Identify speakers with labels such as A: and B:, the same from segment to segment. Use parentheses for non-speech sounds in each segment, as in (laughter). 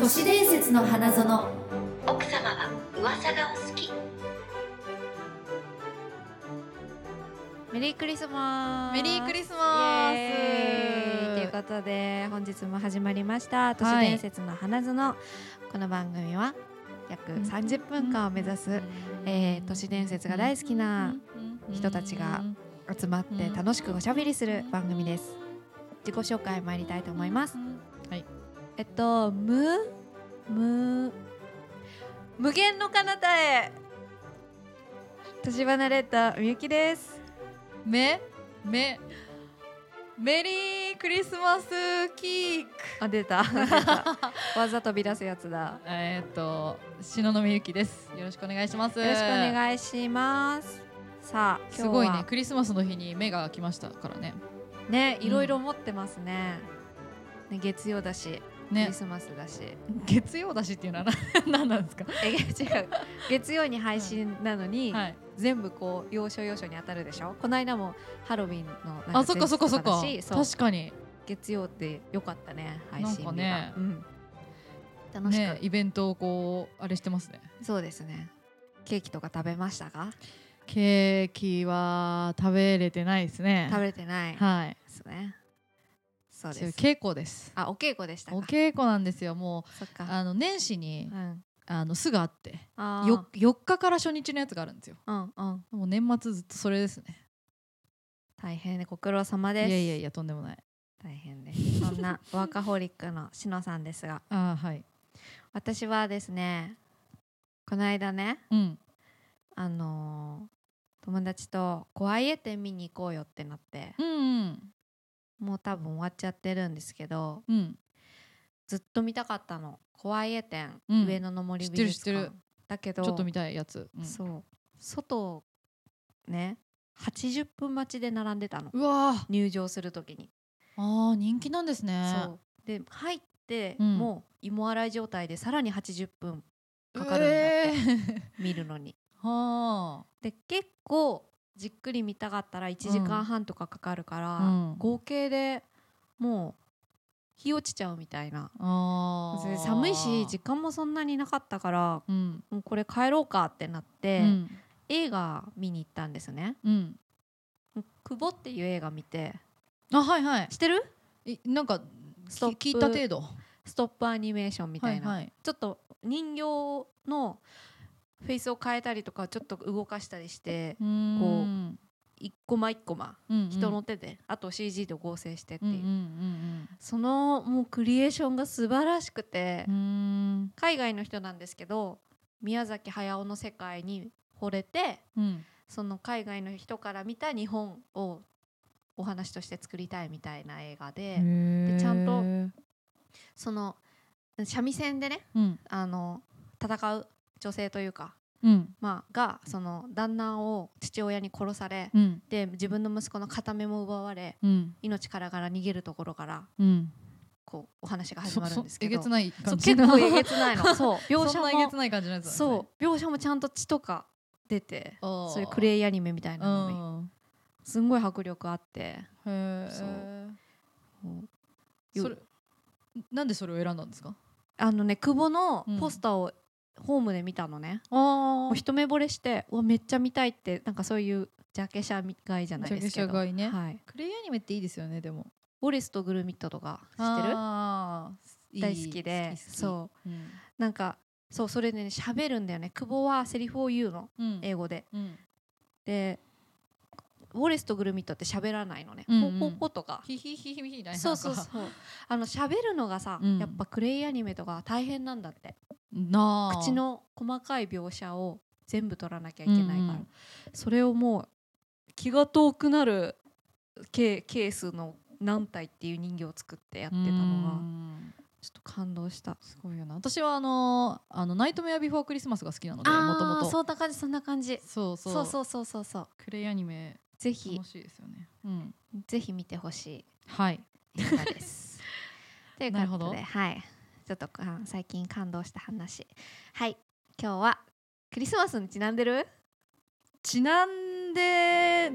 A: 都市伝説の花園
B: 奥様は噂がお好き
C: メリークリスマス
D: メリークリス
C: イ
D: マス
C: エーイということで本日も始まりました都市伝説の花園、この番組は約
D: うん
C: 30分間を目指す、えー都市伝説が大好きな人たちが集まって楽しくおしゃべりする番組です自己紹介参りたいと思いますえっとむむ無限の彼方へ年離れたみゆきです
D: めめメリークリスマスキーク
C: あ出
D: (laughs)
C: た出 (laughs) たわざとび出すやつだ
D: えーっと篠宮ゆきですよろしくお願いします
C: よろしくお願いします。さあ、今日は
D: すごいねクリスマスの日に目が来ましたからね
C: ね、
D: うん
C: いろいろ持ってますね。ね月曜だし、ク
D: ね
C: リスマスだし、
D: 月曜だしっていうのはな (laughs) 何なんですか
C: え (laughs) 違う、月曜に配信なのに、
D: はい
C: 全部こう要所要所に当たるでしょ。この間もハロウィンのなん
D: あそっかそっかそっ
C: 前
D: か
C: 日とだしそう
D: 確かに
C: 月曜って良かったね配信日が。
D: なんかね
C: うん、楽しか
D: ね
C: った、
D: イベントをこうあれしてますね
C: そうですね。ケーキとか食べましたか？
D: ケーキは食べれてないですね
C: 食べれてないで
D: はい
C: すね。そう
D: ちょ
C: で
D: っ
C: す
D: と。稽古です
C: あ、お稽古でしたか。
D: お稽古なんですよも
C: そっ
D: う
C: か。
D: あの年始に
C: うん。
D: あのすぐあって
C: あー
D: よ4日から初日のやつがあるんですよ
C: うんうん。
D: もう年末ずっとそれですね
C: 大変ねご苦労様
D: い
C: で
D: や
C: す
D: いやいやとんでもない
C: 大変ですそんな (laughs) ワーカホリックのしのさんですが
D: あーはい
C: 私はですねこの間ね
D: うん
C: あのー友達と「怖い絵展見に行こうよ」ってなって
D: うんうん
C: もう多分終わっちゃってるんですけど
D: うん
C: ずっと見たかったの「怖い絵展、
D: うん
C: 上野の森
D: 知っ
C: 美
D: てる
C: 術館」
D: 知ってる
C: だけ
D: ち
C: ど
D: ょっと見たいやつ、うん
C: そう外をね80分待ちで並んでたの
D: うわー
C: 入場する時に。
D: あー人気なんですね
C: そうで入って、
D: うん
C: もう芋洗い状態でさらに80分
D: う
C: かかるんだって、
D: え
C: 見るのに。
D: ー (laughs) は
C: で結構じっくり見たかったら1時間半とかかかるから、
D: うん
C: 合計でもう日落ちちゃうみたいな。
D: ああー
C: 寒いし時間もそんなになかったから
D: うん
C: もうこれ帰ろうかってなっ
D: う
C: て、
D: ん
C: 映画見に行ったんですね
D: うん
C: 「久保」っていう映画見て
D: あはいはい
C: 知ってる
D: いなんか
C: ストップ
D: き聞いた程度
C: ストップアニメーションみたいな、
D: はいはい
C: ちょっと人形のフェイスを変えたりとかちょっと動かしたりして
D: うーん
C: 一コマ一コマ
D: うんうん
C: 人の手で、あと CG と合成してって
D: うん
C: いうう、
D: んうん
C: そのもうクリエーションが素晴らしくて、
D: うんうーん
C: 海外の人なんですけど宮崎駿の世界に惚れて
D: うん
C: その海外の人から見た日本をお話として作りたいみたいな映画で、
D: で
C: ちゃんとその三味線でね
D: うん
C: あの戦う女性というか
D: うん
C: まあ、がその旦那を父親に殺され
D: うん
C: で自分の息子の片目も奪われ
D: うん
C: 命からがら逃げるところから
D: うん
C: こうお話が始まるんですけ
D: えげ
C: ど
D: つない
C: そう
D: 感じ
C: 結構えげつない
D: (laughs)
C: のそう描
D: そ
C: 写
D: んなえげつ
C: も
D: ない感じのやつなんですね
C: そう描写もちゃんと血とか出て
D: あー
C: そういうクレイアニメみたいうなのに
D: ん
C: すんごい迫力あって
D: へえ
C: もう
D: それなんでそれを選んだんですか
C: あのね久保の
D: うん
C: ポスターをホームで見たのね、
D: あ
C: もう一目惚れしてうわめっちゃ見たいってなんかそういうジャケ写買いじゃないですけど
D: ジャケ写買いね
C: はい、
D: クレイアニメっていいですよねでも
C: ウォレスとグルミットとか知ってる
D: あーいい
C: 大好きで
D: 好き好き
C: そう
D: うん
C: なんかそうそれでね喋るんだよね久保はセリフを言うの
D: うん
C: 英語で
D: うん
C: でウォレスとグルミットって喋らないのね、
D: うんうん
C: ポッポッポとか
D: ヒヒヒヒヒみたいな
C: そうそう
D: (laughs)
C: そうあの喋るのがさ、
D: うん
C: やっぱクレイアニメとか大変なんだって
D: なあ
C: 口の細かい描写を全部取らなきゃいけないから、
D: うんうん
C: それをもう気が遠くなるケケースの何体っていう人形を作ってやってたの
D: う
C: が
D: ん
C: ちょっと感動した
D: すごいよな私はあのーあのナイトメアビフォークリスマスが好きなのでもと
C: あ
D: も
C: あ
D: と
C: そんな感じそんな感じ
D: そうそう
C: そうそうそうそうそう
D: クレイアニメ
C: ぜひ
D: 楽しいですよねうん
C: ぜひ見てほし
D: はい
C: い映画 (laughs) です。という
D: なる
C: こ
D: ほ
C: と
D: ど
C: で、はい、ちょっとあ最近感動した話。はい、今日はクリスマスにちなんでる？
D: ちなんで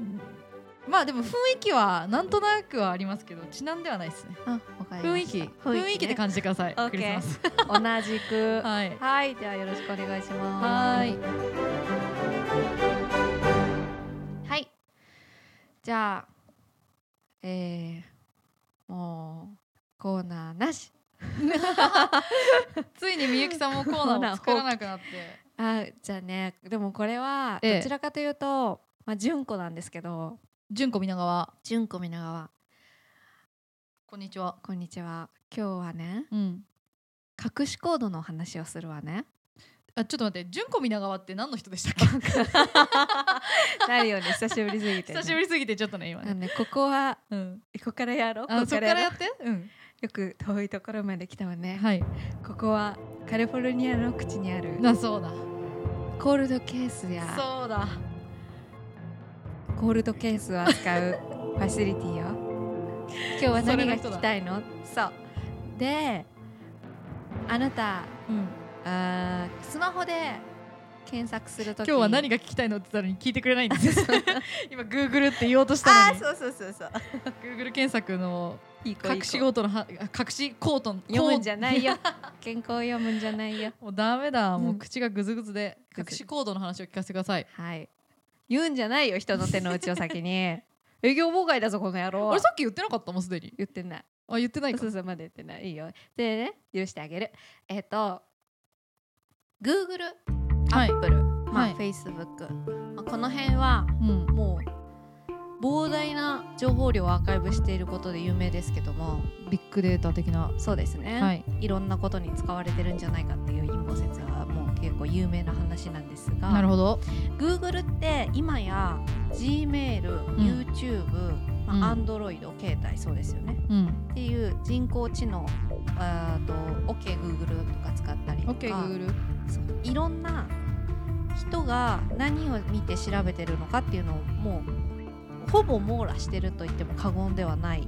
D: まあでも雰囲気はなんとなくはありますけどちなんではないですね
C: あ、わかりま
D: 雰囲
C: した
D: 気雰囲気で
C: (laughs) ね
D: 感じてください、
C: OK
D: クリスマ (laughs) ス
C: 同じく。
D: は
C: (laughs)
D: い
C: はい、ではよろしくお願いします。
D: はい
C: はい。じゃあ、えー、もうコーナーなし。
D: ついにみゆきさんもコーナーを作らなくなって
C: あ、じゃあね、でもこれは
D: ええ
C: どちらかというと、まあ純子なんですけど、
D: 純子皆川
C: 純子皆川、
D: こんにちは
C: こんにちは。今日はね、
D: うん
C: 隠しコードのお話をするわ (laughs) ね。
D: あちょっと待って純子皆川って何の人でしたっけ
C: なるよね、久しぶりすぎてね、
D: 久しぶりすぎてちょっとね今
C: あの
D: ね、
C: ね、ここは
D: うん、
C: ここからやろう。
D: あ
C: ここ
D: そっ
C: か
D: からら
C: やろ
D: や
C: う
D: ってうん
C: よく遠いところまで来たわね。
D: はい
C: ここはカリフォルニアの口にある
D: なそうだ
C: コールドケースや
D: そうだ
C: コールドケースを扱うファシリティよ今日は何が聞きたいのそうであなた
D: うん
C: あースマホで検索するとき
D: 今日は何
C: が
D: が聞きたいのって言ったのに聞いてくれないんですよ (laughs) 今 Google って言おうとした
C: あ
D: の
C: ー
D: に
C: そうそうそうそう
D: Google 検索の
C: いい子いい
D: 隠
C: 子
D: し事のはあ隠しコートン
C: 読むんじゃないいよ健康読むんじゃないよ
D: もうダメだもううん口がグズグズで
C: グズ
D: 隠しコードの話を聞かせてください
C: はい言うんじゃないよ人の手の内を先 (laughs) に営業妨害だぞこの野郎
D: 俺さっき言ってなかったもんすでに
C: 言ってない
D: あ言ってないか
C: そうそうまだ言ってないいいよでね許してあげるえっ、と Google
D: はい
C: Apple、まあ
D: はい
C: Facebook、まあこの辺は
D: うん
C: もう膨大な情報量をアーカイブしていることで有名ですけども
D: ビッグデータ的な
C: そうですね、、
D: はいい
C: ろんなことに使われてるんじゃないかっていう陰謀説はもう結構有名な話なんですが
D: なるほど
C: Google って今や Gmail、
D: ん
C: YouTube、まあ Android 携帯そうですよね
D: うん
C: っていう人工知能あーと OKGoogle とか使ったりとか
D: OKGoogle
C: そういろんな人が何を見て調べてるのかっていうのをもうほぼ網羅してると言っても過言ではない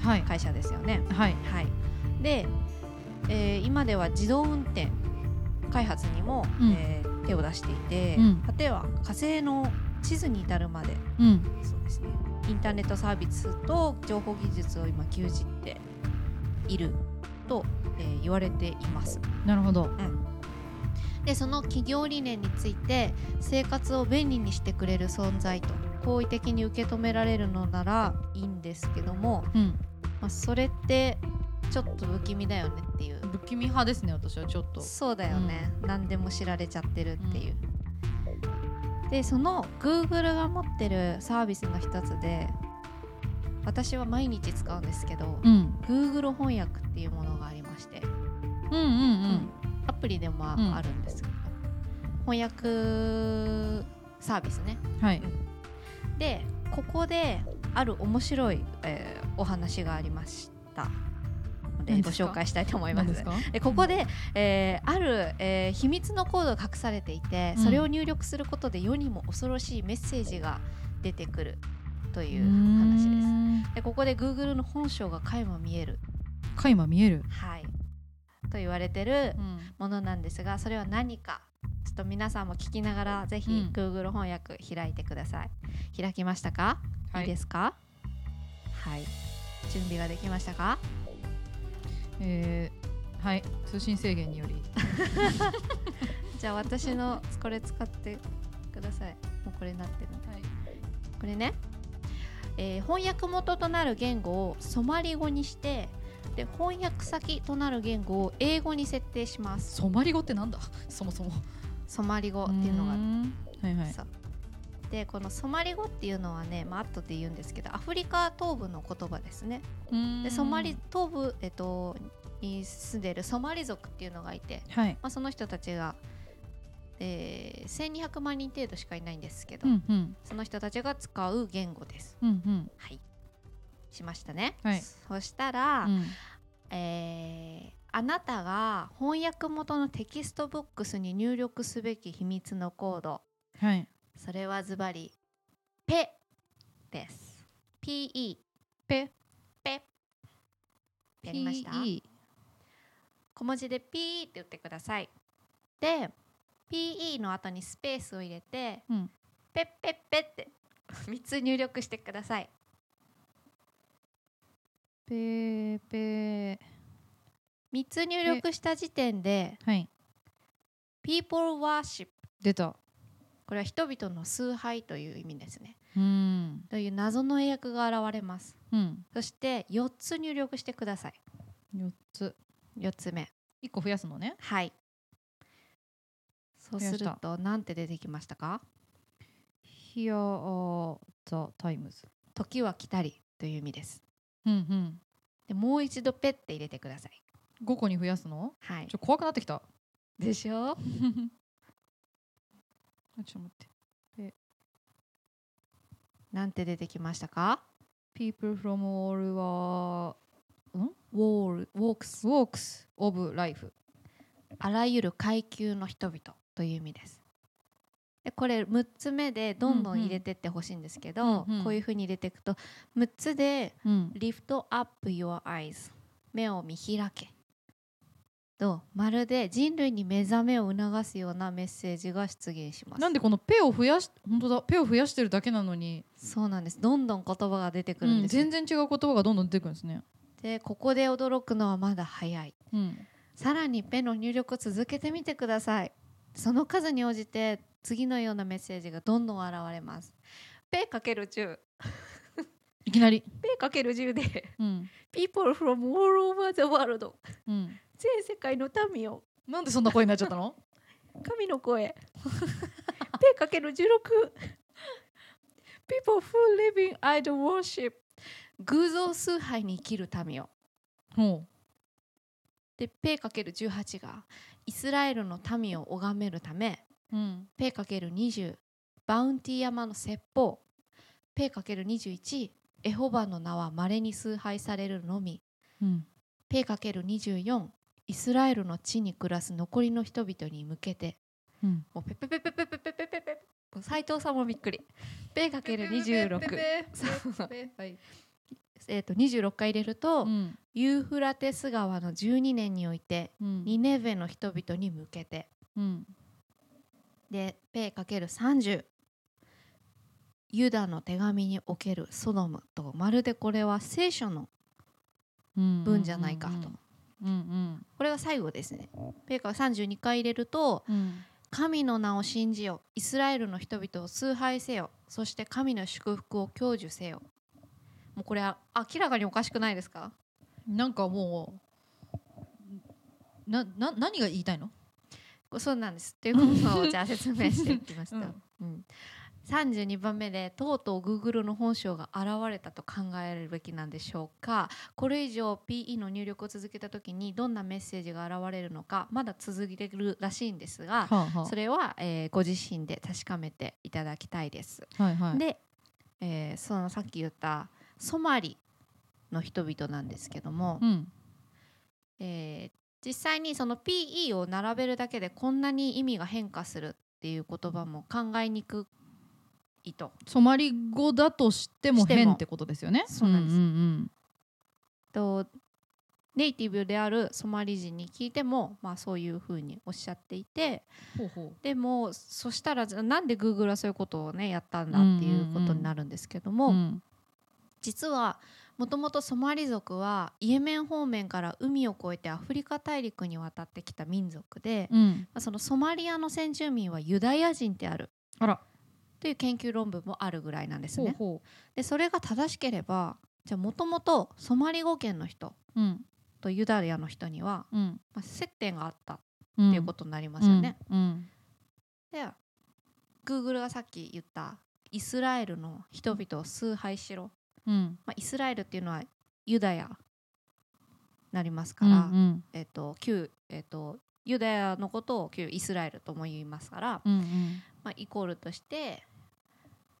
D: はい
C: 会社ですよね。
D: はい
C: はい、で、えー今では自動運転開発にも、
D: うん
C: えー手を出していて、
D: うん
C: 果ては火星の地図に至るまで
D: うん
C: そうですね。インターネットサービスと情報技術を今牛耳っていると、えー言われています。
D: なるほど
C: で、その企業理念について生活を便利にしてくれる存在と好意的に受け止められるのならいいんですけども、
D: うん
C: まあ、それってちょっと不気味だよねっていう。
D: 不気味派ですね私はちょっと
C: そうだよね、何でも知られちゃってるっていう、でその Google が持ってるサービスの一つで私は毎日使うんですけど、
D: うん、
C: Google 翻訳っていうものがありまして、
D: うんうんうん
C: アプリでもあ,、
D: うん
C: るんですけど翻訳サービスね
D: はい
C: でここである面白い、えーお話がありましたので
D: 何
C: ご
D: ですか
C: 紹介したいと思いま
D: 何
C: す
D: ですか
C: でここで、えーある、えー秘密のコードが隠されていて
D: うん
C: それを入力することで世にも恐ろしいメッセージが出てくるという話です。
D: す
C: でここで Google の本性が垣間見える、
D: 垣間見える
C: はい、と言われてる
D: うん
C: ものなんですがそれは何かちょっと皆さんも聞きながらぜひ
D: うん
C: Google 翻訳開いてください。開きましたか、い、いですかはい準備ができましたか
D: えーはい通信制限により
C: じゃあ私のこれ使ってください。もうこれなってるこれね、えー翻訳元となる言語をソマリ語にしてで翻訳先となる言語を英語に設定します
D: ソマリ語ってなんだ (laughs) そもそも
C: ソマリ語っていうのがあっ
D: んはいは
C: て
D: い
C: さでこのソマリ語っていうのはね、まあ後で言うんですけどアフリカ東部の言葉ですねでソマリ東部、えっと、に住んでいるソマリ族っていうのがいて、
D: はい
C: まあ、その人たちが、えー1200万人程度しかいないんですけど、
D: うんうん
C: その人たちが使う言語です
D: うんうん
C: はい、しましたね。
D: はい
C: そしたら、
D: うん
C: えーあなたが翻訳元のテキストブックスに入力すべき秘密のコード、
D: はい
C: それはズバリペです。PE
D: ペ
C: ペやりました。
D: PE
C: 小文字で PE って言ってください。で、PE の後にスペースを入れて、
D: うん
C: ペッペッペッって (laughs) 三つ入力してください。
D: ペーペー
C: 三つ入力した時点で
D: はい、
C: people worship
D: 出た。
C: これは人々の崇拝という意味ですね。
D: うん、
C: という謎の英訳が現れます。
D: うん、
C: そして四つ入力してください。
D: 四つ。
C: 四つ目。
D: 一個増やすのね。
C: はい。そう
D: 増や
C: す
D: した
C: るとなんて出てきましたか？
D: Here are the times。
C: 時は来たりという意味です。
D: うん、うん。
C: でもう一度ペッて入れてください。
D: 五個に増やすの？
C: はい
D: ち。ょ怖くなってきた。
C: でしょ？
D: あちょっと待って。
C: なんて出てきましたか
D: People from all are
C: ？wall walks
D: walks of life。
C: あらゆる階級の人々という意味です。でこれ6つ目でどんどん入れてってほしいんですけど、
D: うんうん
C: こういうふうに入れていくと6つで
D: うん
C: 「Lift up your eyes」目を見開けとまるで人類に目覚めを促すようなメッセージが出現します。
D: なんでこのペを増やし本当だペを増やしてるだけなのに、
C: そうなんですどんどん言葉が出てくるん
D: うん
C: ですよ、
D: 全然違う言葉がどんどん出てくるんですね。
C: でここで驚くのはまだ早い。
D: うん、
C: さらにペンの入力を続けてみてくださいその数に応じて次のようなメッセージがどんどん現れますペかける10
D: いきなり。
C: ペかける10で (laughs)
D: うん、
C: people from all over the world
D: うん。
C: 全世界の民よ
D: なんでそんな声になっちゃったの？
C: 神の声 (laughs) ペかける16 people who live in idol worship 偶像崇拝に生きる民よ
D: ほ
C: でペかける18がイスラエルの民を拝めるため
D: う。うん。
C: ペイかける20バウンティー山の説法ペイかける21エホバの名はまれに崇拝されるのみ
D: うん。
C: ペイかける24イスラエルの地に暮らす残りの人々に向けて
D: うん。
C: もうペペペペペペペペペペペ斉藤さんもびっくりペイかける26そう
D: はい。
C: えっと26回入れると、
D: うん。
C: ユーフラテス川の12年において
D: うん。
C: ニネベの人々に向けて
D: うん。
C: でペイかける30ユダの手紙におけるソドムとまるでこれは聖書の
D: うん。
C: 文じゃないかと、
D: うん。
C: これが最後ですねペイカが32回入れると
D: うん。うん。
C: 「神の名を信じよイスラエルの人々を崇拝せよそして神の祝福を享受せよ」もうこれは明らかにおかしくないですか
D: なんかもう。な、な、何が言いたいの。
C: そうなんですっていうことをじゃあ説明していきました、
D: (laughs) う
C: うんん32番目でとうとう Google の本性が現れたと考えるべきなんでしょうかこれ以上 PE の入力を続けた時にどんなメッセージが現れるのかまだ続けるらしいんですが
D: はあは
C: それは、えーご自身で確かめていただきたいです。
D: あ。はいはい。
C: で、えーそのさっき言ったソマリの人々なんですけども、
D: うん。
C: えー実際にその PE を並べるだけでこんなに意味が変化するっていう言葉も考えにくいと
D: ソマリ語だとしても
C: しても
D: 変ってことですよね。
C: そうなんです
D: うんうん
C: とネイティブであるソマリ人に聞いても、まあ、そういうふうにおっしゃっていて
D: うん。ほうほ
C: でもそしたらなんで Google はそういうことをねやったんだっていうことになるんですけども、
D: う。うん。
C: 実はもともとソマリ族はイエメン方面から海を越えてアフリカ大陸に渡ってきた民族で、
D: うん。
C: まあそのソマリアの先住民はユダヤ人である
D: あら。
C: という研究論文もあるぐらいなんです
D: ほう
C: ね。
D: ほ
C: でそれが正しければじゃあもともとソマリ語圏の人
D: う。うん。
C: とユダヤの人には、
D: うん。
C: まあ、接点があったっ
D: って
C: いうこととになりま
D: です
C: よね。。
D: うん。
C: で Google がさっき言ったイスラエルの人々を崇拝しろ、
D: うん。
C: まあ、イスラエルっていうのはユダヤになりますから、
D: うん
C: えっと旧えっとユダヤのことを旧イスラエルとも言いますから、
D: うん。うん
C: まあ、イコールとして、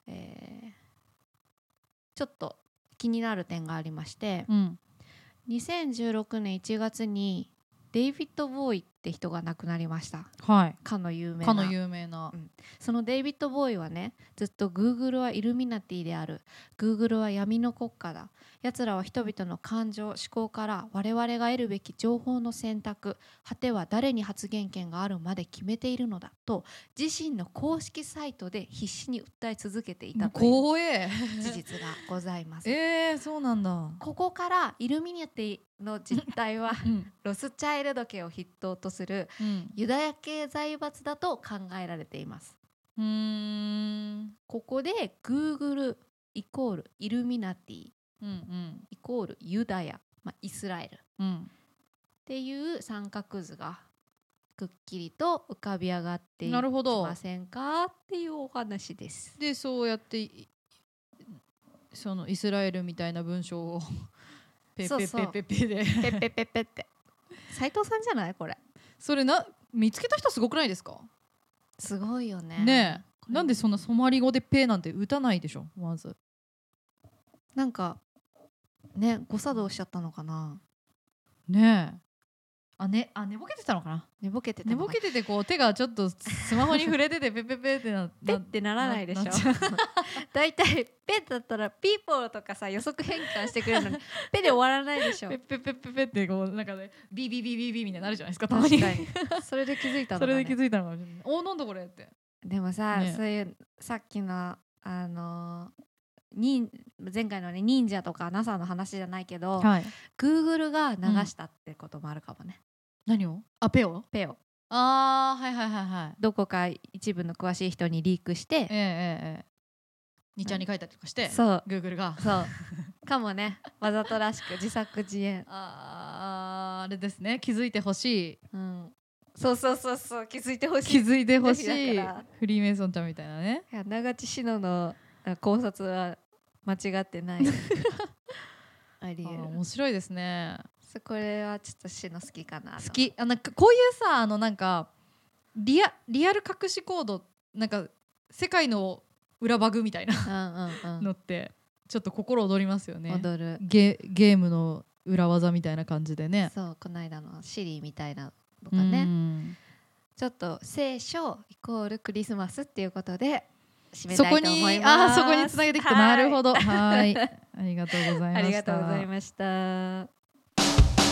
C: えーちょっと気になる点がありまして
D: うん。
C: 2016年1月にデイビッド・ボーイって人が亡くなりました
D: はい
C: かの有名
D: か
C: な
D: の有名な
C: そのデイビッド・ボーイはねずっと「グーグルはイルミナティである」「グーグルは闇の国家だ」「奴らは人々の感情思考から我々が得るべき情報の選択果ては誰に発言権があるまで決めているのだ」と自身の公式サイトで必死に訴え続けていたという
D: 光栄
C: 事実がございます。
D: えー、そうなんだ、
C: ここからイルミナティの実態は (laughs)
D: うん
C: ロスチャイルド家を筆頭とする
D: うん
C: ユダヤ系財閥だと考えられています。
D: うーん
C: ここで Google イコールイルミナティ
D: うん
C: イコールユダヤ、まあ、イスラエルっ
D: うんうん
C: ていう三角図がくっきりと浮かび上がっていき
D: なるほど
C: ませんかっていうお話です。
D: でそうやっていそのイスラエルみたいな文章をペ
C: そう
D: ペ
C: そう
D: ペペペで
C: ペッペッペッペッって斉藤さんじゃないこれ
D: それな見つけた人すごくないですか
C: すごいよね
D: ね
C: こ
D: え
C: れ
D: なんでそんなソマリ語でペなんて打たないでしょまず
C: なんかね誤作動しちゃったのかな
D: ねえあねあ寝ぼけてたのかな
C: 寝ぼけてた
D: 寝
C: のか
D: ぼ
C: な
D: けててこう手がちょっとスマホに触れててペペペってな
C: ペ
D: な
C: ッてならないでしょ
D: ななっちゃう
C: だいたいペッだったらピーポーとかさ予測変換してくれるの (laughs) にペで終わらないでしょ
D: ペペペペペってこうなんかねビビビビビみたいになるじゃないですかたま
C: 確
D: に
C: かにそれで気づいたのか、
D: そ
C: ね、
D: れで気づいたのかもしれないおーなんだこれって
C: でもさ、
D: ね
C: そういうさっきのあのー忍前回のね忍者とか NASA の話じゃないけど、
D: はい
C: Google が流したってこともあるかもね、
D: 何をあペを
C: ペを
D: あーはいはいはいはい
C: どこか一部の詳しい人にリークし
D: え
C: て
D: えええええ二ちゃんに書いたりとかして
C: そう
D: グーグルが
C: そう (laughs) かもねわざとらしく自作自演、
D: あーあれですね気づいてほし
C: うん、そうそうそうそう気づいてほ
D: い
C: しい
D: 気づいてほし
C: ぜひ
D: い
C: だから
D: フリーメイソンちゃんみたいなね
C: いや長地志乃のあ考察は間違ってないあり
D: あ
C: え
D: ー
C: る
D: 面白いですね
C: そうこれはちょっと志乃好きかなと
D: 好きあなんかこういうさあのなんかリアリアル隠しコードなんか世界の裏バグみたいな
C: うんうんうん
D: のってちょっと心躍りますよね
C: 踊る、
D: ゲゲームの裏技みたいな感じでね
C: そうこの間のシリーみたいなの
D: う
C: がね、
D: ん
C: ちょっと聖書イコールクリスマスっていうことで締め
D: そ
C: た
D: こ
C: いと思い
D: に
C: ま
D: あ
C: す
D: ーそこにつなげてきた
C: は
D: ないるほどは
C: (laughs)
D: いありがとうございました
C: ありがとうございました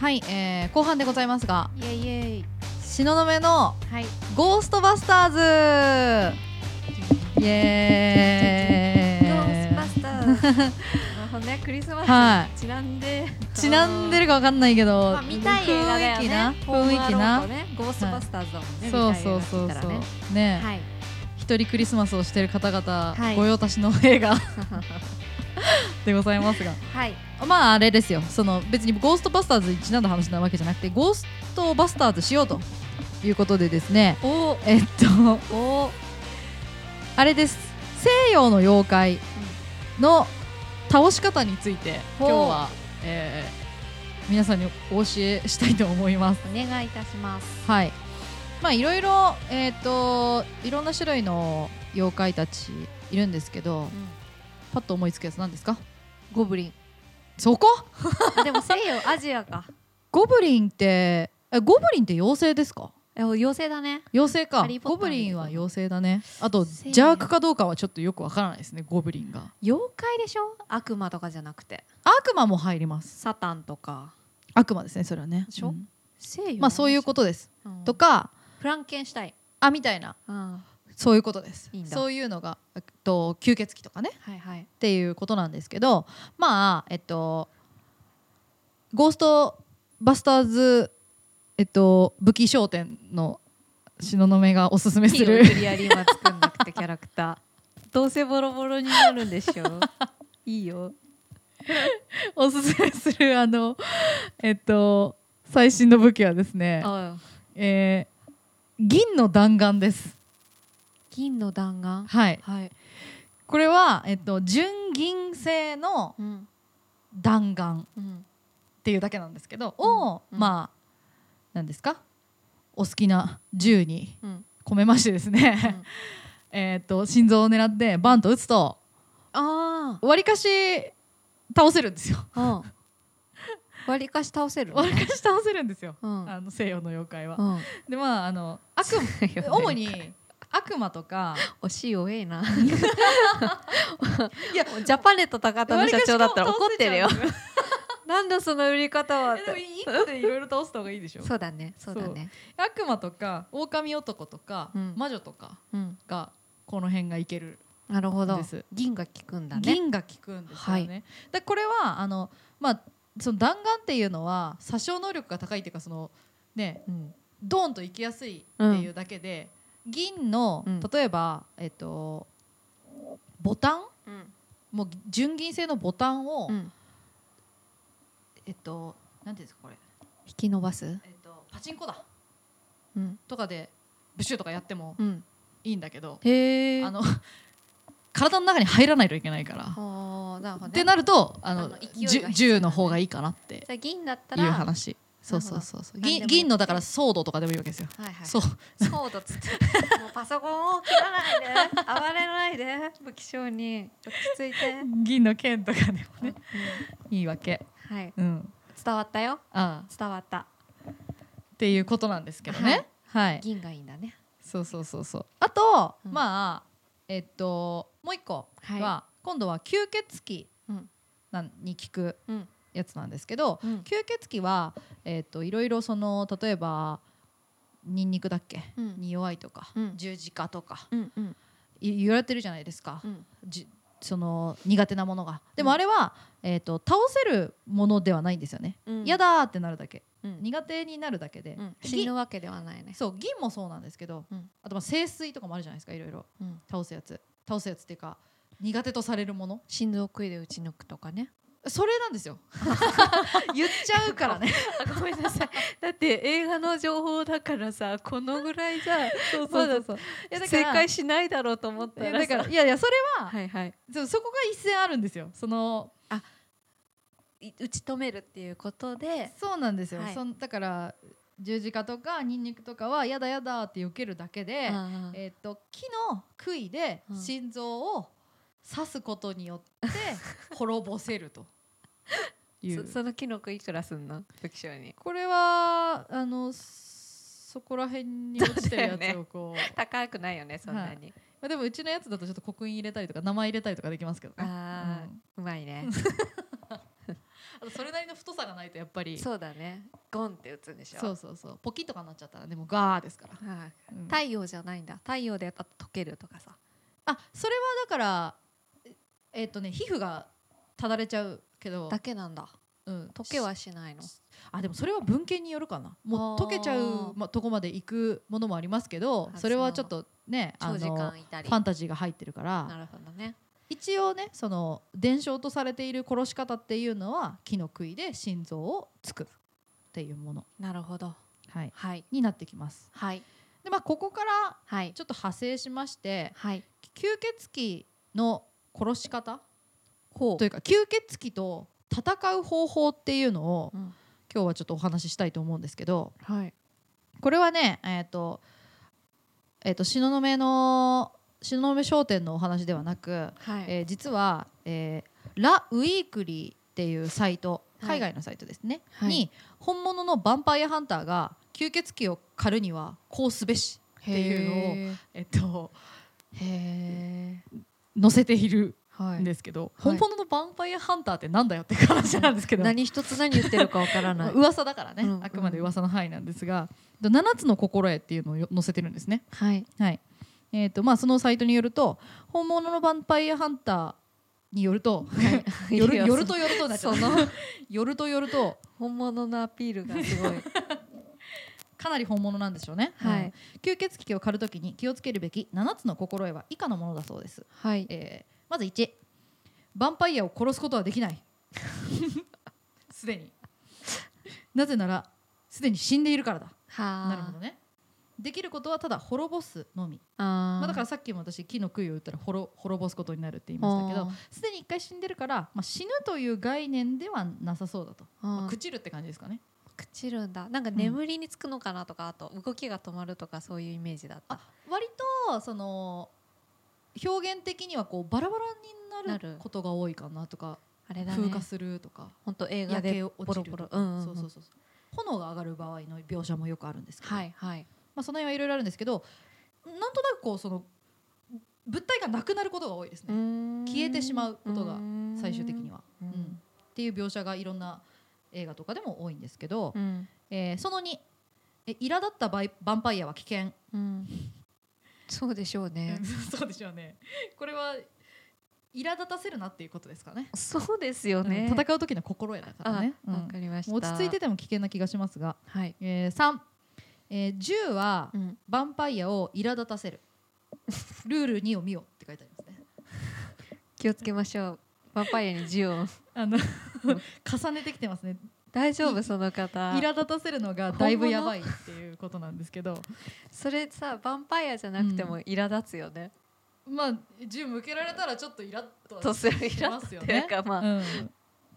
D: はい、えー後半でございますが
C: イエイイエイ
D: 東雲の
C: はい
D: ゴーストバスターズ
C: (laughs)
D: イエ
C: ゴース
D: ー
C: バス
D: イ
C: タ
D: (laughs)
C: ーなるほどねクリスマス
D: は
C: (laughs) にちなんで、
D: いちなんでるかわかんないけど、
C: まあ、見たい映画だよ
D: 雰囲気な
C: ね
D: 雰囲気
C: ホームアローンと
D: な
C: ねゴーストバスターズだもんね、
D: そう
C: 見たい映
D: そ
C: 画
D: うそう
C: って言った
D: そう
C: らね
D: ね、
C: はい
D: 一人クリスマスをしている方々、
C: はい
D: 御用達の
C: (laughs)
D: 映画でございますが
C: はい
D: まああれですよその別にゴーストバスターズにちなんだ話なわけじゃなくてゴーストバスターズしようということでですね
C: お
D: えっと
C: お
D: あれです西洋の妖怪の倒し方について
C: ほう
D: 今日は、えー皆さんにお教えしたいと思います。
C: お願いいたします
D: はいまあいろいろえっ、といろんな種類の妖怪たちいるんですけどパッと思いつくやつなんですか
C: ゴブリン
D: そこ
C: あでも西洋アジアか
D: ゴブリンってえゴブリンって妖精ですか
C: え妖精だね
D: 妖精
C: ハ
D: か
C: リーポッ
D: ゴ
C: ターみ
D: ブ
C: たい
D: リ
C: な
D: ンは妖精だねあと
C: せーの
D: 邪悪かどうかはちょっとよくわからないですねゴブリンが
C: 妖怪でしょ悪魔とかじゃなくて
D: 悪魔も入ります
C: サタンとか
D: 悪魔ですねそれはね
C: でしょ
D: うん
C: 西洋、
D: まあそういうこととです
C: うん
D: とか
C: フランケンシュタイン
D: あみたいな
C: あ
D: そういうことです
C: いいんだ
D: そういうのがえっと吸血鬼とかね
C: はいはい
D: っていうことなんですけどまあえっとゴーストバスターズえっと武器商店の東雲がおすすめす
C: ヒーロ
D: る
C: ークリアリーマ作んなくてキャラクターどうせボロボロになるんでし (laughs) ょいいよ
D: (laughs) おすすめするあのえっと最新の武器はですね、
C: あ
D: えー銀の弾丸です
C: 金の弾丸
D: はい
C: はい、
D: これはえっと純銀製の
C: うん
D: 弾丸っ
C: うん、
D: ていうだけなんですけど、
C: うん
D: を、
C: うん
D: まあ何ですかお好きな銃に
C: うん
D: 込めましてですね、えっと心臓を狙ってバンと撃つと
C: あ
D: わりかし倒せるんですよ
C: (laughs) あ、うん、わりかし倒せる
D: わりかし倒せるんですよ、
C: うん
D: あの西洋の妖怪は、
C: うん
D: でまああの悪
C: (laughs)
D: 主に悪魔とか
C: 惜しい弱えないや (laughs) ジャパネット高田の社長だったら怒ってるよ
D: わりかし倒せち
C: なんだその売り方は
D: ゃ
C: っ
D: うでも
C: て
D: 一個でいろいろ倒した方がいいでしょ
C: そうだねそうだね
D: 悪魔とか狼男とか、
C: うん
D: 魔女とか
C: うん
D: がこの辺がいける
C: なるほど
D: です
C: 銀が効くんだね
D: 銀が効くんですよね。でこれはあのまあその弾丸っていうのは殺傷能力が高いっていうかそのね
C: うん
D: ドーンと行きやすいっていうだけで、銀の
C: うん
D: 例えば、えっとボタン
C: うん
D: もう純銀製のボタンを、
C: うん
D: えっとなんていうんですかこれ、
C: 引き伸ばす
D: えっと、パチンコだ
C: うん
D: とかでブシューとかやっても
C: うん
D: いいんだけど、
C: へえ
D: あの体の中に入らないといけないから。
C: あーなるほど
D: っ
C: ね
D: てなるとあ
C: あ
D: の
C: の勢いが必要
D: じゅ
C: だね
D: 銃の方がいいかなって
C: じゃあ銀だった
D: いう
C: ら
D: 話そうそうそうそう銀
C: 何でもいい
D: 銀のだから騒動とかでもいいわけですよ、
C: はいはい
D: そ
C: (laughs)
D: う
C: そうだっつって (laughs) もうパソコンを切ら (laughs) ないで暴れないで武器商に落ち着いて、
D: 銀の剣とかでも
C: うん
D: ねいいわけ
C: はい
D: うん
C: 伝わったよ
D: ああ
C: 伝わった
D: っていうことなんですけどねはい、
C: 銀がいいんだね
D: そうそうそうそうあと、
C: うん
D: まあえっともう一個は、
C: は
D: 今度は吸血鬼
C: うん
D: なんに効く
C: うん
D: やつなんですけど、
C: うん
D: 吸血鬼はえっといろいろその例えばニンニクだっけ、
C: うん
D: に弱いとか、
C: うん
D: 十字架とか
C: うんうん
D: い言われてるじゃないですか、
C: うん
D: じその苦手なものがでも
C: うん
D: あれは、えー、と倒せるものではないんですよね
C: うん
D: 嫌、だーってなるだけ
C: うん
D: 苦手になるだけで、
C: うん死
D: 銀
C: ぬわけではないね
D: そう銀もそうなんですけど、
C: うん
D: あとまあ清水とかもあるじゃないですかいろいろ
C: うん
D: 倒すやつ倒すやつっていうか苦手とされるもの
C: 心臓杭で打ち抜くとかね
D: それなんですよ言っちゃうか
C: (laughs)
D: らね
C: (laughs) あごめんなさいだって映画の情報だからさこのぐらいじゃ
D: そうそういやだから
C: 正解しないだろうと思っ
D: い
C: た
D: や
C: ら
D: だ
C: さ
D: からいやいやそれは、
C: はいはい
D: でもそこが一線あるんですよその
C: い打ち止めるっていうことで
D: そうなんですよ、
C: はい
D: そんだから十字架とかニンニクとかはやだやだって避けるだけで、
C: あー
D: えっと木の杭で
C: うん
D: 心臓を刺すことによって滅ぼせるという
C: そそのキノコ (laughs) いくらすんの武器商に
D: これはあのそこら辺に落ちてるやつをこう、
C: 高くないよねそんなに、
D: まあ、でもうちのやつだとちょっと刻印入れたりとか名前入れたりとかできますけどね
C: あー
D: うん
C: うまいね
D: あとそれなりの太さがないとやっぱり
C: (laughs) そうだねゴンって打つんでしょ
D: そうそうそうポキッとかなっちゃったらでもガーですから、
C: あー
D: うん
C: 太陽じゃないんだ太陽でやったら溶けるとかさ
D: あそれはだからええっとね皮膚がただれちゃうけど
C: だ、けなんだ
D: うん、
C: 溶けはしないの
D: あでもそれは文献によるかなもう
C: あー
D: 溶けちゃう、ま、とこまで行くものもありますけど
C: あ
D: それはちょっとねあ
C: 長時
D: の
C: 間いたり
D: ファンタジーが入ってるから
C: なるほどね
D: 一応ねその伝承とされている殺し方っていうのは木の杭で心臓を突くっていうもの、
C: なるほど
D: はい、
C: はい
D: になってきます。
C: はい
D: でまあここから
C: はい
D: ちょっと派生しまして
C: はい
D: 吸血鬼の殺し方
C: ほ
D: というか吸血鬼と戦う方法っていうのを
C: うん
D: 今日はちょっとお話ししたいと思うんですけど
C: はい
D: これはねえっ、とえっ、と東雲の東雲商店のお話ではなく、
C: はい
D: えー実は、えーラ・ウィークリーっていうサイト
C: はい
D: 海外のサイトですね、
C: はい
D: に本物のヴァンパイアハンターが吸血鬼を狩るにはこうすべしっていうのを、
C: のを
D: えっと、
C: へえ
D: 載せている
C: は
D: んですけど、
C: はい
D: 本物のヴァンパイアハンターってなんだよっていう話なんですけど
C: 何一つ何言ってるかわから
D: ま
C: な
D: (laughs) あ
C: い
D: 噂だからね、
C: うん
D: あくまで噂の範囲なんですが「7つの心得」っていうのをよ載せてるんですね。 (laughs)
C: はい
D: はいえーとまあ、そのサイトによると本物のヴァンパイアハンターによると (laughs) よる
C: いや
D: よるとよるとになっちゃった
C: そ
D: (laughs) よるとよると
C: 本物のアピールがすご
D: (laughs)
C: い
D: かなり本物なんでしょうね、
C: は
D: うん
C: い
D: 吸血鬼を狩るときに気をつけるべき7つの心得は以下のものだそうです、
C: はい
D: えーまず1ヴァンパイアを殺すことはできない (laughs) すでになぜならすでに死んでいるからだ
C: は
D: なるほどねできることはただ滅ぼすのみ
C: あー
D: まあ、だからさっきも私木の杭を打ったら滅滅ぼすことになるって言いましたけ
C: あ
D: ど
C: ー
D: すでに一回死んでるから、まあ、死ぬという概念ではなさそうだと、
C: うん
D: まあ、朽ちるって感じですかね
C: 朽ちるんだなんか眠りにつくのかなとか、あと動きが止まるとかそういうイメージだった
D: あ割とその表現的にはこうバラバラにな
C: な
D: る
C: る
D: ことが多いかなとか
C: あれだ
D: 風
C: ね
D: 化するとか
C: 本当映画
D: 焼け
C: で
D: 落
C: ボロ
D: ちる
C: ボ
D: と
C: ロ
D: か、
C: うんうん
D: そうそうそう炎が上がる場合の描写もよくあるんですけど、
C: はいはい
D: まあ、その辺はいろいろあるんですけどなんとなくこうその物体がなくなることが多いですね、消
C: 消
D: えてしまうことが最終的に
C: は、
D: は、
C: う
D: うんんっていう描写がいろんな映画とかでも多いんですけど、
C: うん
D: えーその2え苛立ったバイヴァンパイアは危険
C: うん、そうでしょうね
D: そうでしょうねこれは苛立たせるなっていうことですかね
C: そうですよね、
D: うん戦う時の心得だからね、
C: あ
D: うん
C: わかりました
D: 落ち着いてても危険な気がしますが、
C: はい、
D: えー、3、えー、銃は
C: うん、
D: ヴァンパイアを苛立た (laughs) せるルール2を見よって書いてありますね
C: 気をつけましょうバンパイアに銃を
D: あの (laughs) 重ねてきてますね
C: 大丈夫その方
D: 苛立たせるのがだいぶやばいっていうことなんですけど
C: それさバンパイアじゃなくて
D: う
C: も苛立つよね、
D: まあ銃向けられたらちょっとイラッと
C: とする
D: し
C: 苛
D: ま
C: 立
D: す
C: っ
D: よ
C: てな
D: ね
C: んかまあ、
D: うん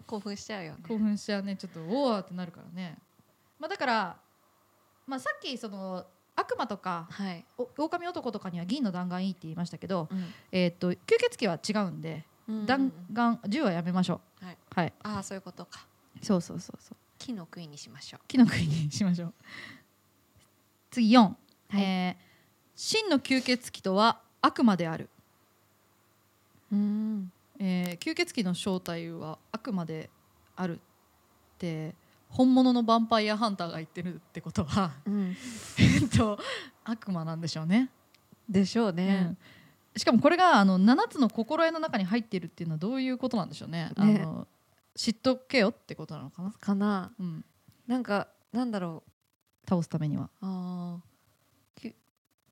C: 興奮しちゃうよね
D: 興奮しちゃうねちょっとおおってなるからね、まあ、だから、まあ、さっきその悪魔とか
C: はい、
D: お狼男とかには銀の弾丸いいって言いましたけど、えー、と吸血鬼は違うんで
C: うん
D: 弾丸銃はやめましょう
C: はい、
D: はい、
C: ああそういうことか
D: そうそうそうそう
C: 木の杭にしましょう
D: 木の国にしましょう次4、
C: はい
D: えー真の吸血鬼とは悪魔である、
C: うん
D: えー吸血鬼の正体は悪魔であるって本物のヴァンパイアハンターが言ってるってことは (laughs) えっと悪魔なんでしょうね、
C: でしょうね、
D: うんしかもこれがあの7つの心得の中に入っているっていうのはどういうことなんでしょうねあの知っとけよってことなのかな、
C: かな
D: うん、
C: なんかなんだろう
D: 倒すためには
C: あーき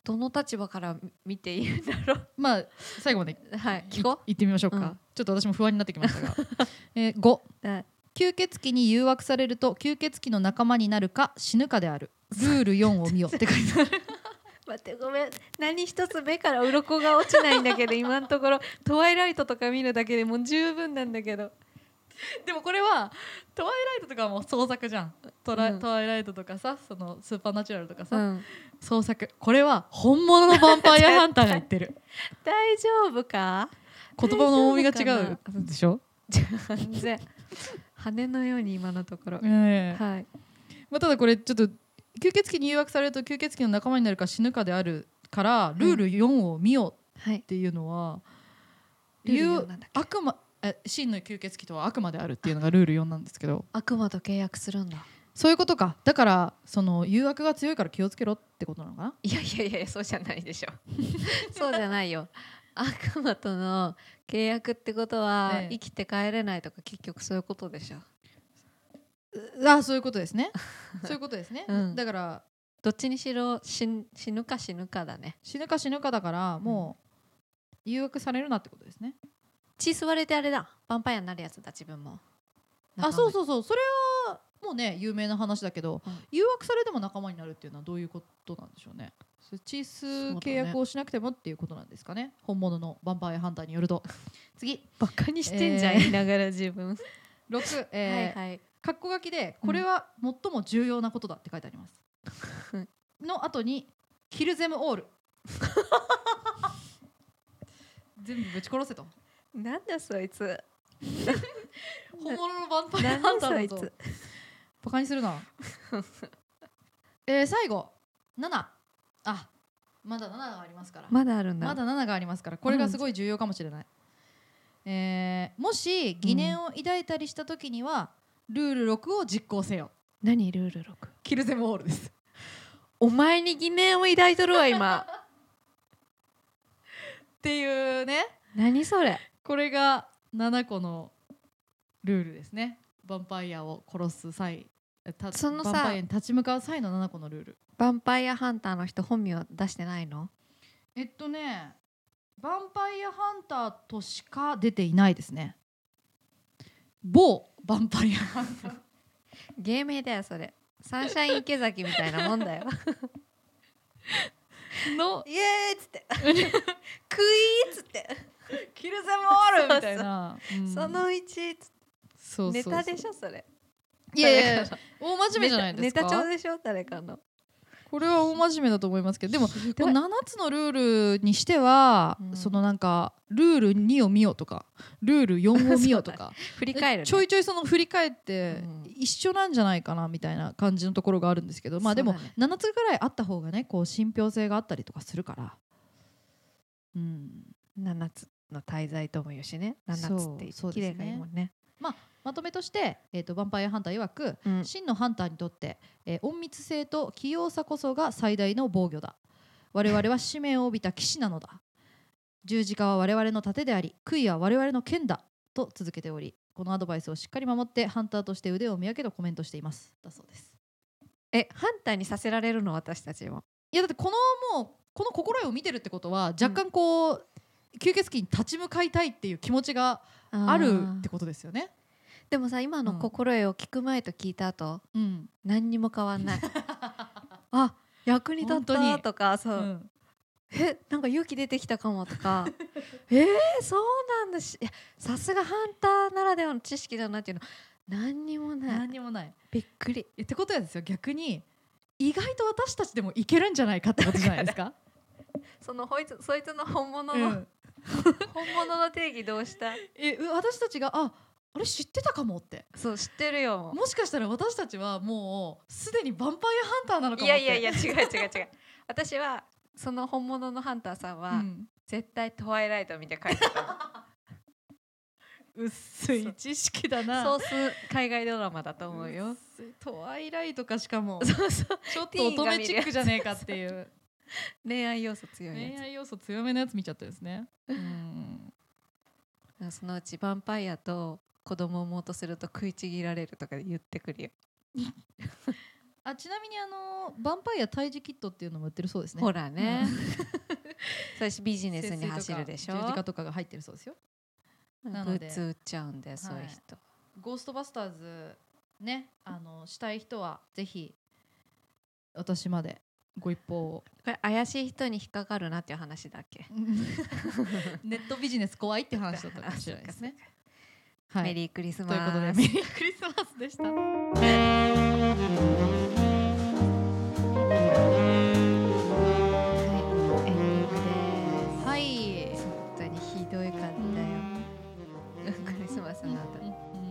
C: どの立場から見ていいんだろ
D: まあ最後まで
C: う (laughs) はい聞こ
D: い行ってみましょうか、
C: うん
D: ちょっと私も不安になってきました (laughs) が、えー、5
C: うはい
D: 吸血鬼に誘惑されると吸血鬼の仲間になるか死ぬかであるルール4を見よ (laughs) って書いてある
C: 待ってごめん何一つ目から鱗が落ちないんだ (laughs) けど今のところ「トワイライト」とか見るだけでもう十分なんだけど
D: でもこれは「トワイライト」とかはもう創作じゃん「トラ
C: うん
D: トワイライト」とかさそのスーパーナチュラルとかさ、
C: うん
D: 創作これは本物のヴァンパイアハンターが言って (laughs) る
C: 大丈夫か
D: 言葉の重みが違うでしょ、
C: 完全 (laughs) 羽のように今のところ、
D: ええ
C: はい
D: まあ、ただこれちょっと吸血鬼に誘惑されると吸血鬼の仲間になるか死ぬかであるからルール4を見よ
C: はい
D: っていうのは、
C: ルール
D: 言
C: 4
D: う
C: なんだっけ
D: 悪魔え真の吸血鬼とは悪魔であるっていうのがルール4なんですけど
C: 悪魔と契約するんだ
D: そういうことかだからその誘惑が強いから気をつけろってことなのかない
C: やいやいやそうじゃないでしょ (laughs) そうじゃないよ悪魔との契約ってことは、
D: ええ
C: 生きて帰れないとか結局そういうことでしょ
D: うあそういうことですね (laughs) そういうことですね、
C: うん
D: だから
C: どっちにしろ死ん死ぬか死ぬかだね
D: 死ぬか死ぬかだからもう誘惑されるなってことですね、
C: 血吸われてあれだヴァンパイアになるやつだ自分も
D: あそう
C: う
D: そうそうそれはもうね有名な話だけど、
C: うん
D: 誘惑されても仲間になるっていうのはどういうことなんでしょうねそれチース
C: そうだね
D: 契約をしなくてもっていうことなんですかね本物のヴァンパイアハンターによると (laughs) 次
C: バカにしてんじゃん、
D: えー
C: 言いながら自 (laughs) 分
D: 6、えー
C: はいはい
D: 括弧書きでこれは最も重要なことだって書いてあります、
C: うん
D: の後にキルゼムオール (laughs) 全部ぶち殺せと
C: なんだそいつ
D: 本物のヴァンパイアハ
C: なん
D: ン
C: だそ
D: ターだ
C: い
D: ぞ
C: つ
D: バカにするなえー最後7あまだ7がありますから
C: まだあるんだ
D: まだ7がありますからこれがすごい重要かもしれない、えーもし疑念を抱いたりした時には、ルール6を実行せよ
C: 何ルール6
D: キルゼムオールです
C: お前に疑念を抱いとるわ (laughs) 今
D: っていうね
C: 何それ
D: これが7個のルールですねヴァンパイアを殺す際た
C: そのさ
D: ヴァンパイアに立ち向かう際の7個のルール
C: ヴァンパイアハンターの人本名出してないの
D: えっとねヴァンパイアハンターとしか出ていないですね某ヴァンパイアハンター
C: 芸名だよそれサンシャイン池崎みたいなもんだよ (laughs)
D: の
C: イエーイっつって (laughs) クイーっつって、
D: キルゼム
C: そう
D: オール
C: そう
D: みたいなうん
C: その1つ
D: そうそう
C: ネ
D: そう
C: タでしょそれ
D: いやいやいや大真面目じゃないですか
C: ネタネタ帳でしょ誰かの
D: これは大真面目だと思いますけどでもこ
C: ひどい
D: の7つのルールにしては、
C: うん
D: そのなんかルール2を見ようとかルール4を見ようとか
C: (laughs) 振り返る、ね、
D: ちょいちょいその振り返って
C: うん
D: 一緒なんじゃないかなみたいな感じのところがあるんですけどまあでも
C: そうだね
D: 7つぐらいあった方がねこう信憑性があったりとかするから、うん、
C: 7つの滞在とも言うしね
D: そう
C: 7つ
D: そ
C: っ
D: う
C: て
D: で
C: 綺
D: す
C: 麗が
D: ね
C: いいもんね
D: まとめとして、えー、とヴァンパイアハンター曰く
C: うん
D: 真のハンターにとって、えー隠密性と器用さこそが最大の防御だ我々は使命を帯びた騎士なのだ十字架は我々の盾であり杭は我々の剣だと続けておりこのアドバイスをしっかり守ってハンターとして腕を磨けとコメントしていますだそうです
C: えハンターにさせられるの私たちも
D: いやだってこのもうこの心得を見てるってことは若干こう、吸血鬼に立ち向かいたいっていう気持ちがあるってことですよね
C: でもさ今
D: う
C: の
D: ん
C: 心得を聞く前と聞いた後、
D: うん、
C: 何にも変わん (laughs) ないあ役に立っ
D: 本当
C: た
D: に
C: とかそうう、
D: ん
C: えなんか勇気出てきたかもと (laughs) かえー、そうなんだしいやさすがハンターならではの知識だなっていうの何にもない
D: 何にもない
C: びっくり
D: えってことはですよ逆に意外と私たちでもいけるんじゃないかってことじゃないで
C: (laughs)
D: すか。
C: そのほいつそいつの本物
D: う
C: の、
D: ん、
C: (laughs) 本物の定義どうした
D: えう私たちがああれ知ってたかもって
C: そう知ってるよ
D: もしかしたら私たちはもうすでにヴァンパイアハンターなのかも
C: い
D: って
C: やいやいや違う違う違う私はその本物のハンターさんは、
D: うん
C: 絶対トワイライト見て書いてた (laughs) の
D: 薄い知識だな
C: ソース海外ドラマだと思うよ。
D: 薄いトワイライトかしかも
C: そうそう
D: ちょっと乙女チックじゃねえかっていう
C: 恋愛要素強い
D: 恋
C: や
D: 愛要素強めのやつ見ちゃったです (laughs) ね。うん
C: つそのうちヴァンパイアと子供を産もうとすると食いちぎられるとか言ってくるよ、
D: あちなみにあのヴァンパイア退治キットっていうのも売ってるそうですね。
C: ほらね、
D: う
C: (laughs) それしビジネス
D: 節
C: に
D: 水とか
C: 走るでしょ
D: 十字架とかが入ってるそうですよ。な
C: グ
D: ので
C: ッズ売っちゃうんだよそういう人、
D: ゴーストバスターズねあのしたい人はぜひ私までご一報を
C: これ怪しい人に引っかかるなっていう話だっけ、
D: (laughs) ネットビジネス怖いって話だったかもしれないです (laughs) ね。は
C: メ
D: い、
C: リークリスマス
D: ということでメリークリスマスでした。
C: はいエンディングです
D: はい、
C: 本当にひどい感じだよ、クリスマスの後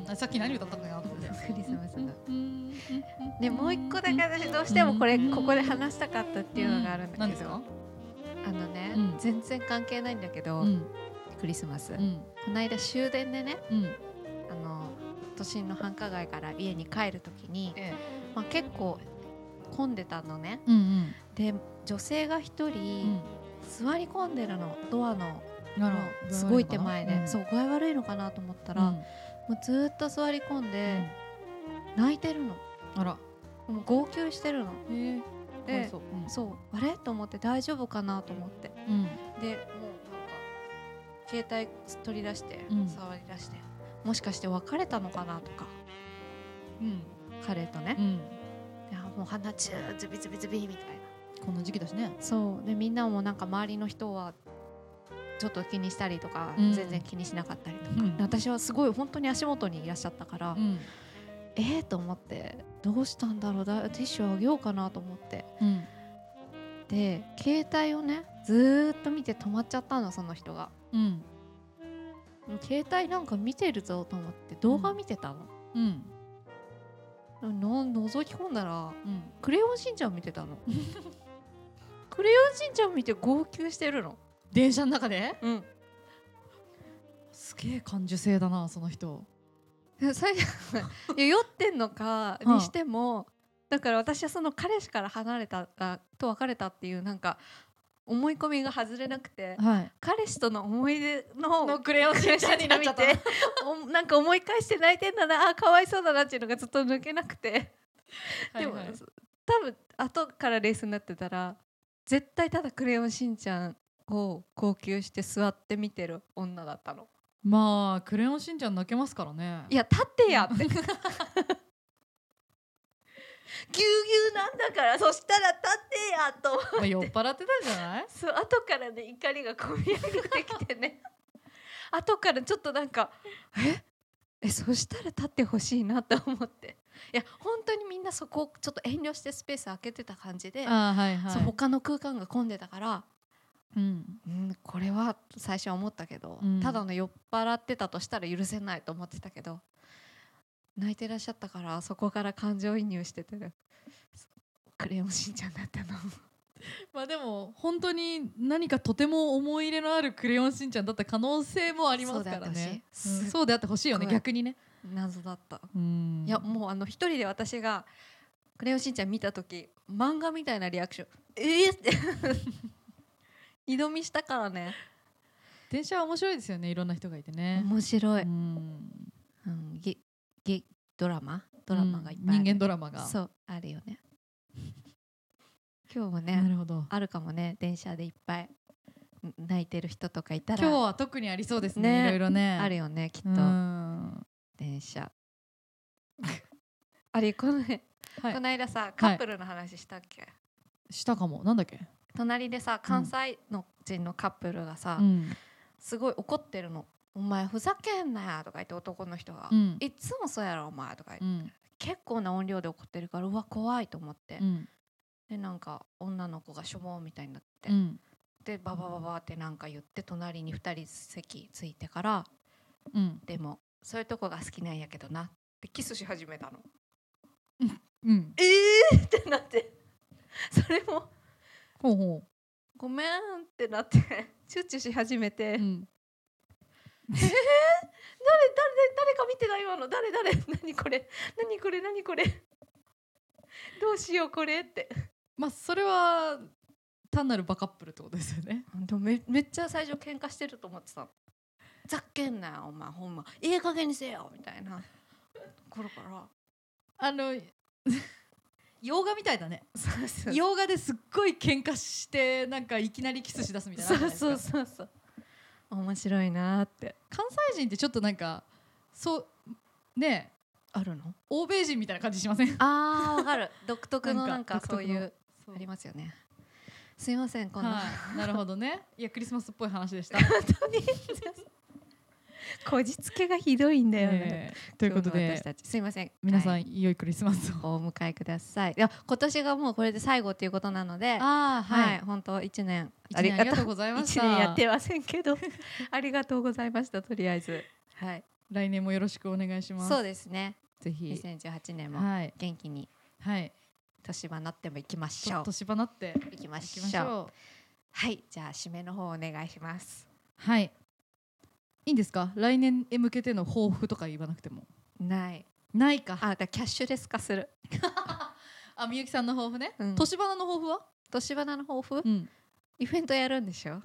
D: うんあさっき何歌ったかなと思って。
C: クリスマスの後
D: ね
C: ね、もう一個だけ私どうしてもこれここで話したかったっていうのがあるんだ
D: 何
C: け
D: です
C: ど、
D: か？
C: あのね、
D: うん
C: 全然関係ないんだけど、
D: うん
C: クリスマス、
D: うん
C: この間終電でね
D: うん
C: あの都心の繁華街から家に帰る時に、
D: ええ
C: まあ、結構混んでたのね
D: うんうん
C: で女性が一
D: う
C: 人
D: ん
C: 座り込んでるのドアの
D: なる
C: も
D: ほ
C: う
D: ど。
C: すごい手前で、
D: ん
C: そう具合悪いのかなと思ったら、
D: うん
C: もうずーっと座り込んで泣いてるの
D: あら。
C: もう号泣してるの
D: ええ。かわい
C: で
D: そう。
C: そうあれと思って大丈夫かなと思って。
D: うん
C: でもうなんか携帯取り出して、
D: うん
C: 触り出してもしかして別れたのかなとか
D: うん
C: 彼と
D: う
C: ね、
D: ん。
C: いやもう鼻チューズビズビズビみたいな
D: こんな時期だしね。
C: そうでみんなもなんか周りの人はちょっと気にしたりとか、
D: うん
C: 全然気にしなかったりとか、
D: うん
C: で私はすごい本当に足元にいらっしゃったから、
D: ん
C: えーと思ってどうしたんだろうだティッシュあげようかなと思って
D: うん。
C: で携帯をねずーっと見て止まっちゃったのその人が
D: うん
C: 携帯なんか見てるぞと思って動画見てたの、
D: うん
C: の覗き込んだら
D: うん。
C: 「クレヨンしんちゃん」見てた (laughs) のクレヨンしんちゃん見て号泣してるの
D: 電車の中で？
C: うん
D: すげえ感受性だなその人。
C: (laughs) 最悪いや酔ってんのかにしてもだから私はその彼氏から離れたあと別れたっていうなんか思い込みが外れなくて
D: はい。
C: 彼氏との思い出の
D: のクレヨンしんちゃんになっちゃっ
C: ク
D: た
C: レヨンしんちゃんを見ておなんか思い返して泣いてんだなあかわいそうだなっていうのがずっと抜けなくて。でも、そ多分後からレースになってたら絶対ただ「クレヨンしんちゃん」を号泣して座って見てる女だったの
D: まあクレヨンしんちゃん泣けますからね。
C: いや立ってやってぎゅうぎゅうなんだからそしたら立ってやと
D: まあ酔っ払ってたんじゃない？
C: そう後からね怒りがこみ上げてきて
D: (laughs)
C: ね後からちょっとなんかええそしたら立ってほしいなと思っていや本当にみんながそこをちょっと遠慮してスペース開けてた感じで、
D: あーはいは
C: そう
D: い
C: 他の空間が混んでたから、
D: うん
C: うん、これは最初は思ったけど、
D: うん
C: ただの酔っ払ってたとしたら許せないと思ってたけど泣いてらっしゃったからそこから感情移入しててクレヨンしんちゃんだったの。
D: まあでも本当に何かとても思い入れのある「クレヨンしんちゃん」だった可能性もありますからね
C: そうであってほしい
D: うんそ
C: す
D: うであってほしいよね
C: っごい
D: 逆にね
C: 謎だった、
D: うん
C: いやもうあの一人で私が「クレヨンしんちゃん」見た時漫画みたいなリアクション「えー!」って (laughs) 二度見したからね
D: 電車は面白いですよねいろんな人がいてね
C: 面白い、
D: うん
C: うん、ゲゲドラマドラマがいっぱいある、
D: 人間ドラマが
C: そうあるよね (laughs) 今日も
D: な
C: ね
D: るほど
C: あるかもね電車でいっぱいん泣いてる人とかいた
D: 今日
C: ら
D: は特にありそうです
C: ね
D: ねいろいろね
C: あるよねきっと
D: うん
C: 電車 (laughs) あれこの,、ね
D: はい
C: この間さカップルの話したっけ、
D: したかもなんだっけ
C: 隣でさ関西の人のカップルがさ、
D: うん
C: すごい怒ってるの「お前ふざけんなよ」とか言って男の人が
D: う
C: 「
D: ん
C: いっつもそうやろお前」とか言って、
D: うん
C: 結構な音量で怒ってるからうわ怖いと思って、
D: うん
C: でなんか女の子がしょぼーみたいになって、
D: うん
C: でババババってなんか言って隣に2人席ついてから
D: うん
C: 「でもそういうとこが好きなんやけどな」ってキスし始めたの。
D: うん
C: えーってなってそれも
D: ほうほ
C: 「ごめん」ってなってチュッチュし始めて。
D: ううん
C: 誰誰誰か見てない今の誰 (laughs) 誰何これ何これ何これどうしようこれって
D: まあそれは単なるバカップルってことですよね
C: でもめめっちゃ最初喧嘩してると思ってたのふざけんなよお前ほんまいい加減にせよみたいなところから
D: あの (laughs) 洋画みたいだね
C: そうそう
D: 洋画ですっごい喧嘩してなんかいきなりキスしだすみたいなのあるじゃないですか
C: そうそう面白いなーって
D: 関西人ってちょっとなんかそうねえ
C: あるの
D: 欧米人みたいな感じしません
C: あーわかる独特の
D: な
C: なんん
D: か
C: かそうい
D: 独
C: うありますよねすいませんこんな、
D: はい、なるほどねいやクリスマスっぽい話
C: (laughs)
D: でした
C: こじつけがひどいん (laughs) だよね、
D: えーということ
C: 今日の
D: で
C: 私たちすいません
D: 皆
C: はい
D: さん良いクリスマスを
C: お迎えください。いや今年がもうこれで最後ということなので、
D: ああ
C: はい、本当一年
D: 一年ありがとう
C: う。
D: ございまし
C: 一
D: た
C: 年やってませんけど、ありがとうございましたとりあえず。はい、
D: 来年もよろしくお願いします
C: そうですね。
D: ぜひ
C: 2018年も
D: はい
C: 元気に
D: はい
C: 年場なっても行きまし
D: ちょ
C: ょ
D: っ
C: う
D: と。芝なって
C: 行きま
D: い
C: し
D: き
C: ょ
D: ま
C: う。
D: しょう
C: はい、じゃあ締めの方お願いします。
D: はい。いいんですか来年へ向けての抱負とか言わなくても。
C: ない。
D: ないか。
C: あ、だからキャッシュレス化する。
D: あ、みゆきさんの抱負ね。
C: うん
D: 年花の抱負は
C: 年場の抱負、
D: うん。
C: イベントやるんでしょ。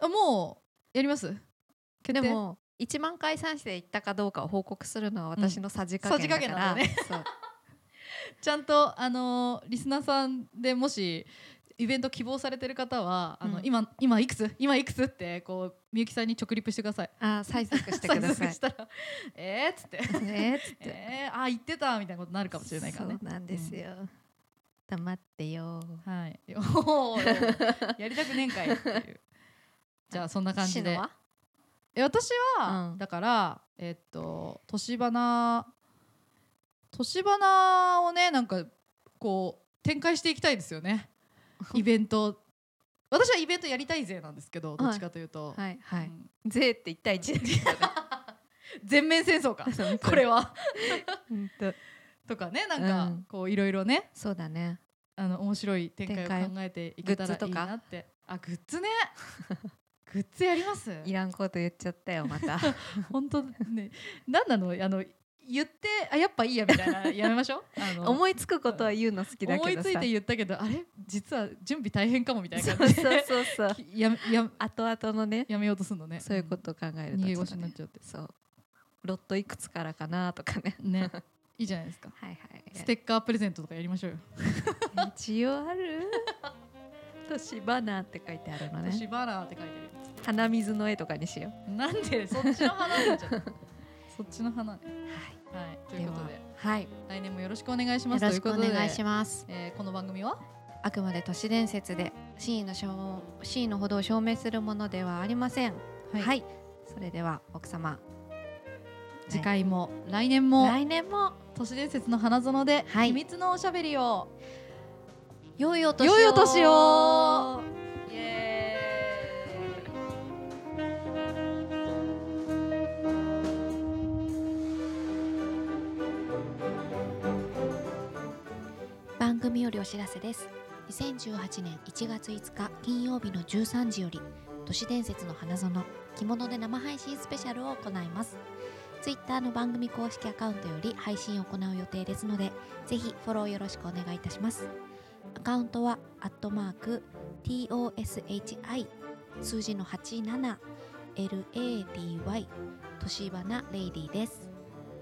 D: あ、もう、やります決定
C: でも1万回再生いったかどうかを報告するのは私のさじ加減だか
D: さじ加減
C: ら、
D: なんだね
C: そう
D: ちゃんと、あのーリスナーさんでもし、イベント希望されてる方は、あの、
C: うん
D: 今、今いくつ今いくつって、こう、みゆきさんに直立してください。
C: あー催促してくだ
D: (laughs)
C: さ
D: 催促
C: い
D: し。たら、えーっつって、
C: (laughs) ねつって
D: えー、あ、言ってたみたいなことになるかもしれないからね
C: そ。うなんですよ。黙ってよ。
D: はい。おーやりたくねえんかいっていう。じゃあ、そんな感じ
C: シ
D: で
C: ノ。は
D: え私は、
C: うん
D: だからえっと年花年花をねなんかこう展開していきたいです
C: (laughs)
D: よねイベント私はイベントやりたい勢なんですけどどっちかというと、
C: はいは
D: う
C: い。
D: ん
C: 税って一対一ですよね。
D: 全面
C: (laughs)
D: 戦争かこれは
C: 本当
D: とかねなんか、
C: うん
D: こういろいろね
C: そうだね。
D: あの面白い展
C: 展
D: 開
C: 開
D: を考えていけたら
C: グッズ
D: いい
C: とか
D: なってあグッズ
C: (laughs)
D: ねグッズやります
C: いらんこと言っちゃったよまた。
D: 本当ね何なのあの言ってあやっぱいいやみたいなやめましょう
C: (laughs)
D: あ
C: (laughs)
D: の
C: 思いつくことは言うの好きだ
D: 思
C: け
D: い
C: ど
D: つ
C: さ。
D: いて言ったけどあれ実は準備大変かもみたい
C: そ
D: な
C: う
D: 感じ
C: そう
D: で
C: そうそう。
D: き (laughs) やめや
C: 後々のね、
D: やめようとするのね
C: そういうことを考えると
D: 逃げ
C: ちょっ
D: 腰
C: と
D: になっ
C: ね。
D: ちゃって
C: そう。ロットいくつからかなとかね。
D: ね (laughs) いいじゃないですか
C: はいはい。
D: ステッカープレゼントとかやりましょうよ
C: 一応あ
D: (laughs)
C: る。年バナーって書いてあるの
D: 「し
C: ね。
D: ばら」って書いて
C: 鼻水の絵とかにしよ
D: あるなんでそっちの花になっちゃったそっちの花ね
C: う。はい。
D: はいということで
C: でははい。
D: 来年もよろしくお願いしま
C: よ
D: すと
C: ろ
D: いう
C: しく
D: こ
C: お
D: とで
C: 願いします。
D: えーこの番組は
C: あくまで都市伝説で真意の証真意のほどを証明するものではありません。はい、それでは奥様
D: 次回も来年も
C: 来年も
D: 都市伝説の花園で
C: はい
D: 秘密のおしゃべりを
C: 良いお年を
D: 良いお年を
E: イエーイ
F: 番組よりお知らせです2018年1月5日金曜日の13時より都市伝説の花園着物で生配信スペシャルを行いますツイッターの番組公式アカウントより配信を行う予定ですのでぜひフォローよろしくお願いいたしますアカウントはアットマーク TOSHI 数字の 87LADY 都市花レイディです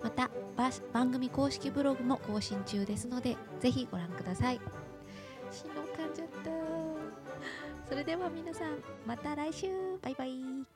F: またば番組公式ブログも更新中ですのでぜひご覧くださいしのかんじゃったそれでは皆さんまた来週バイバイ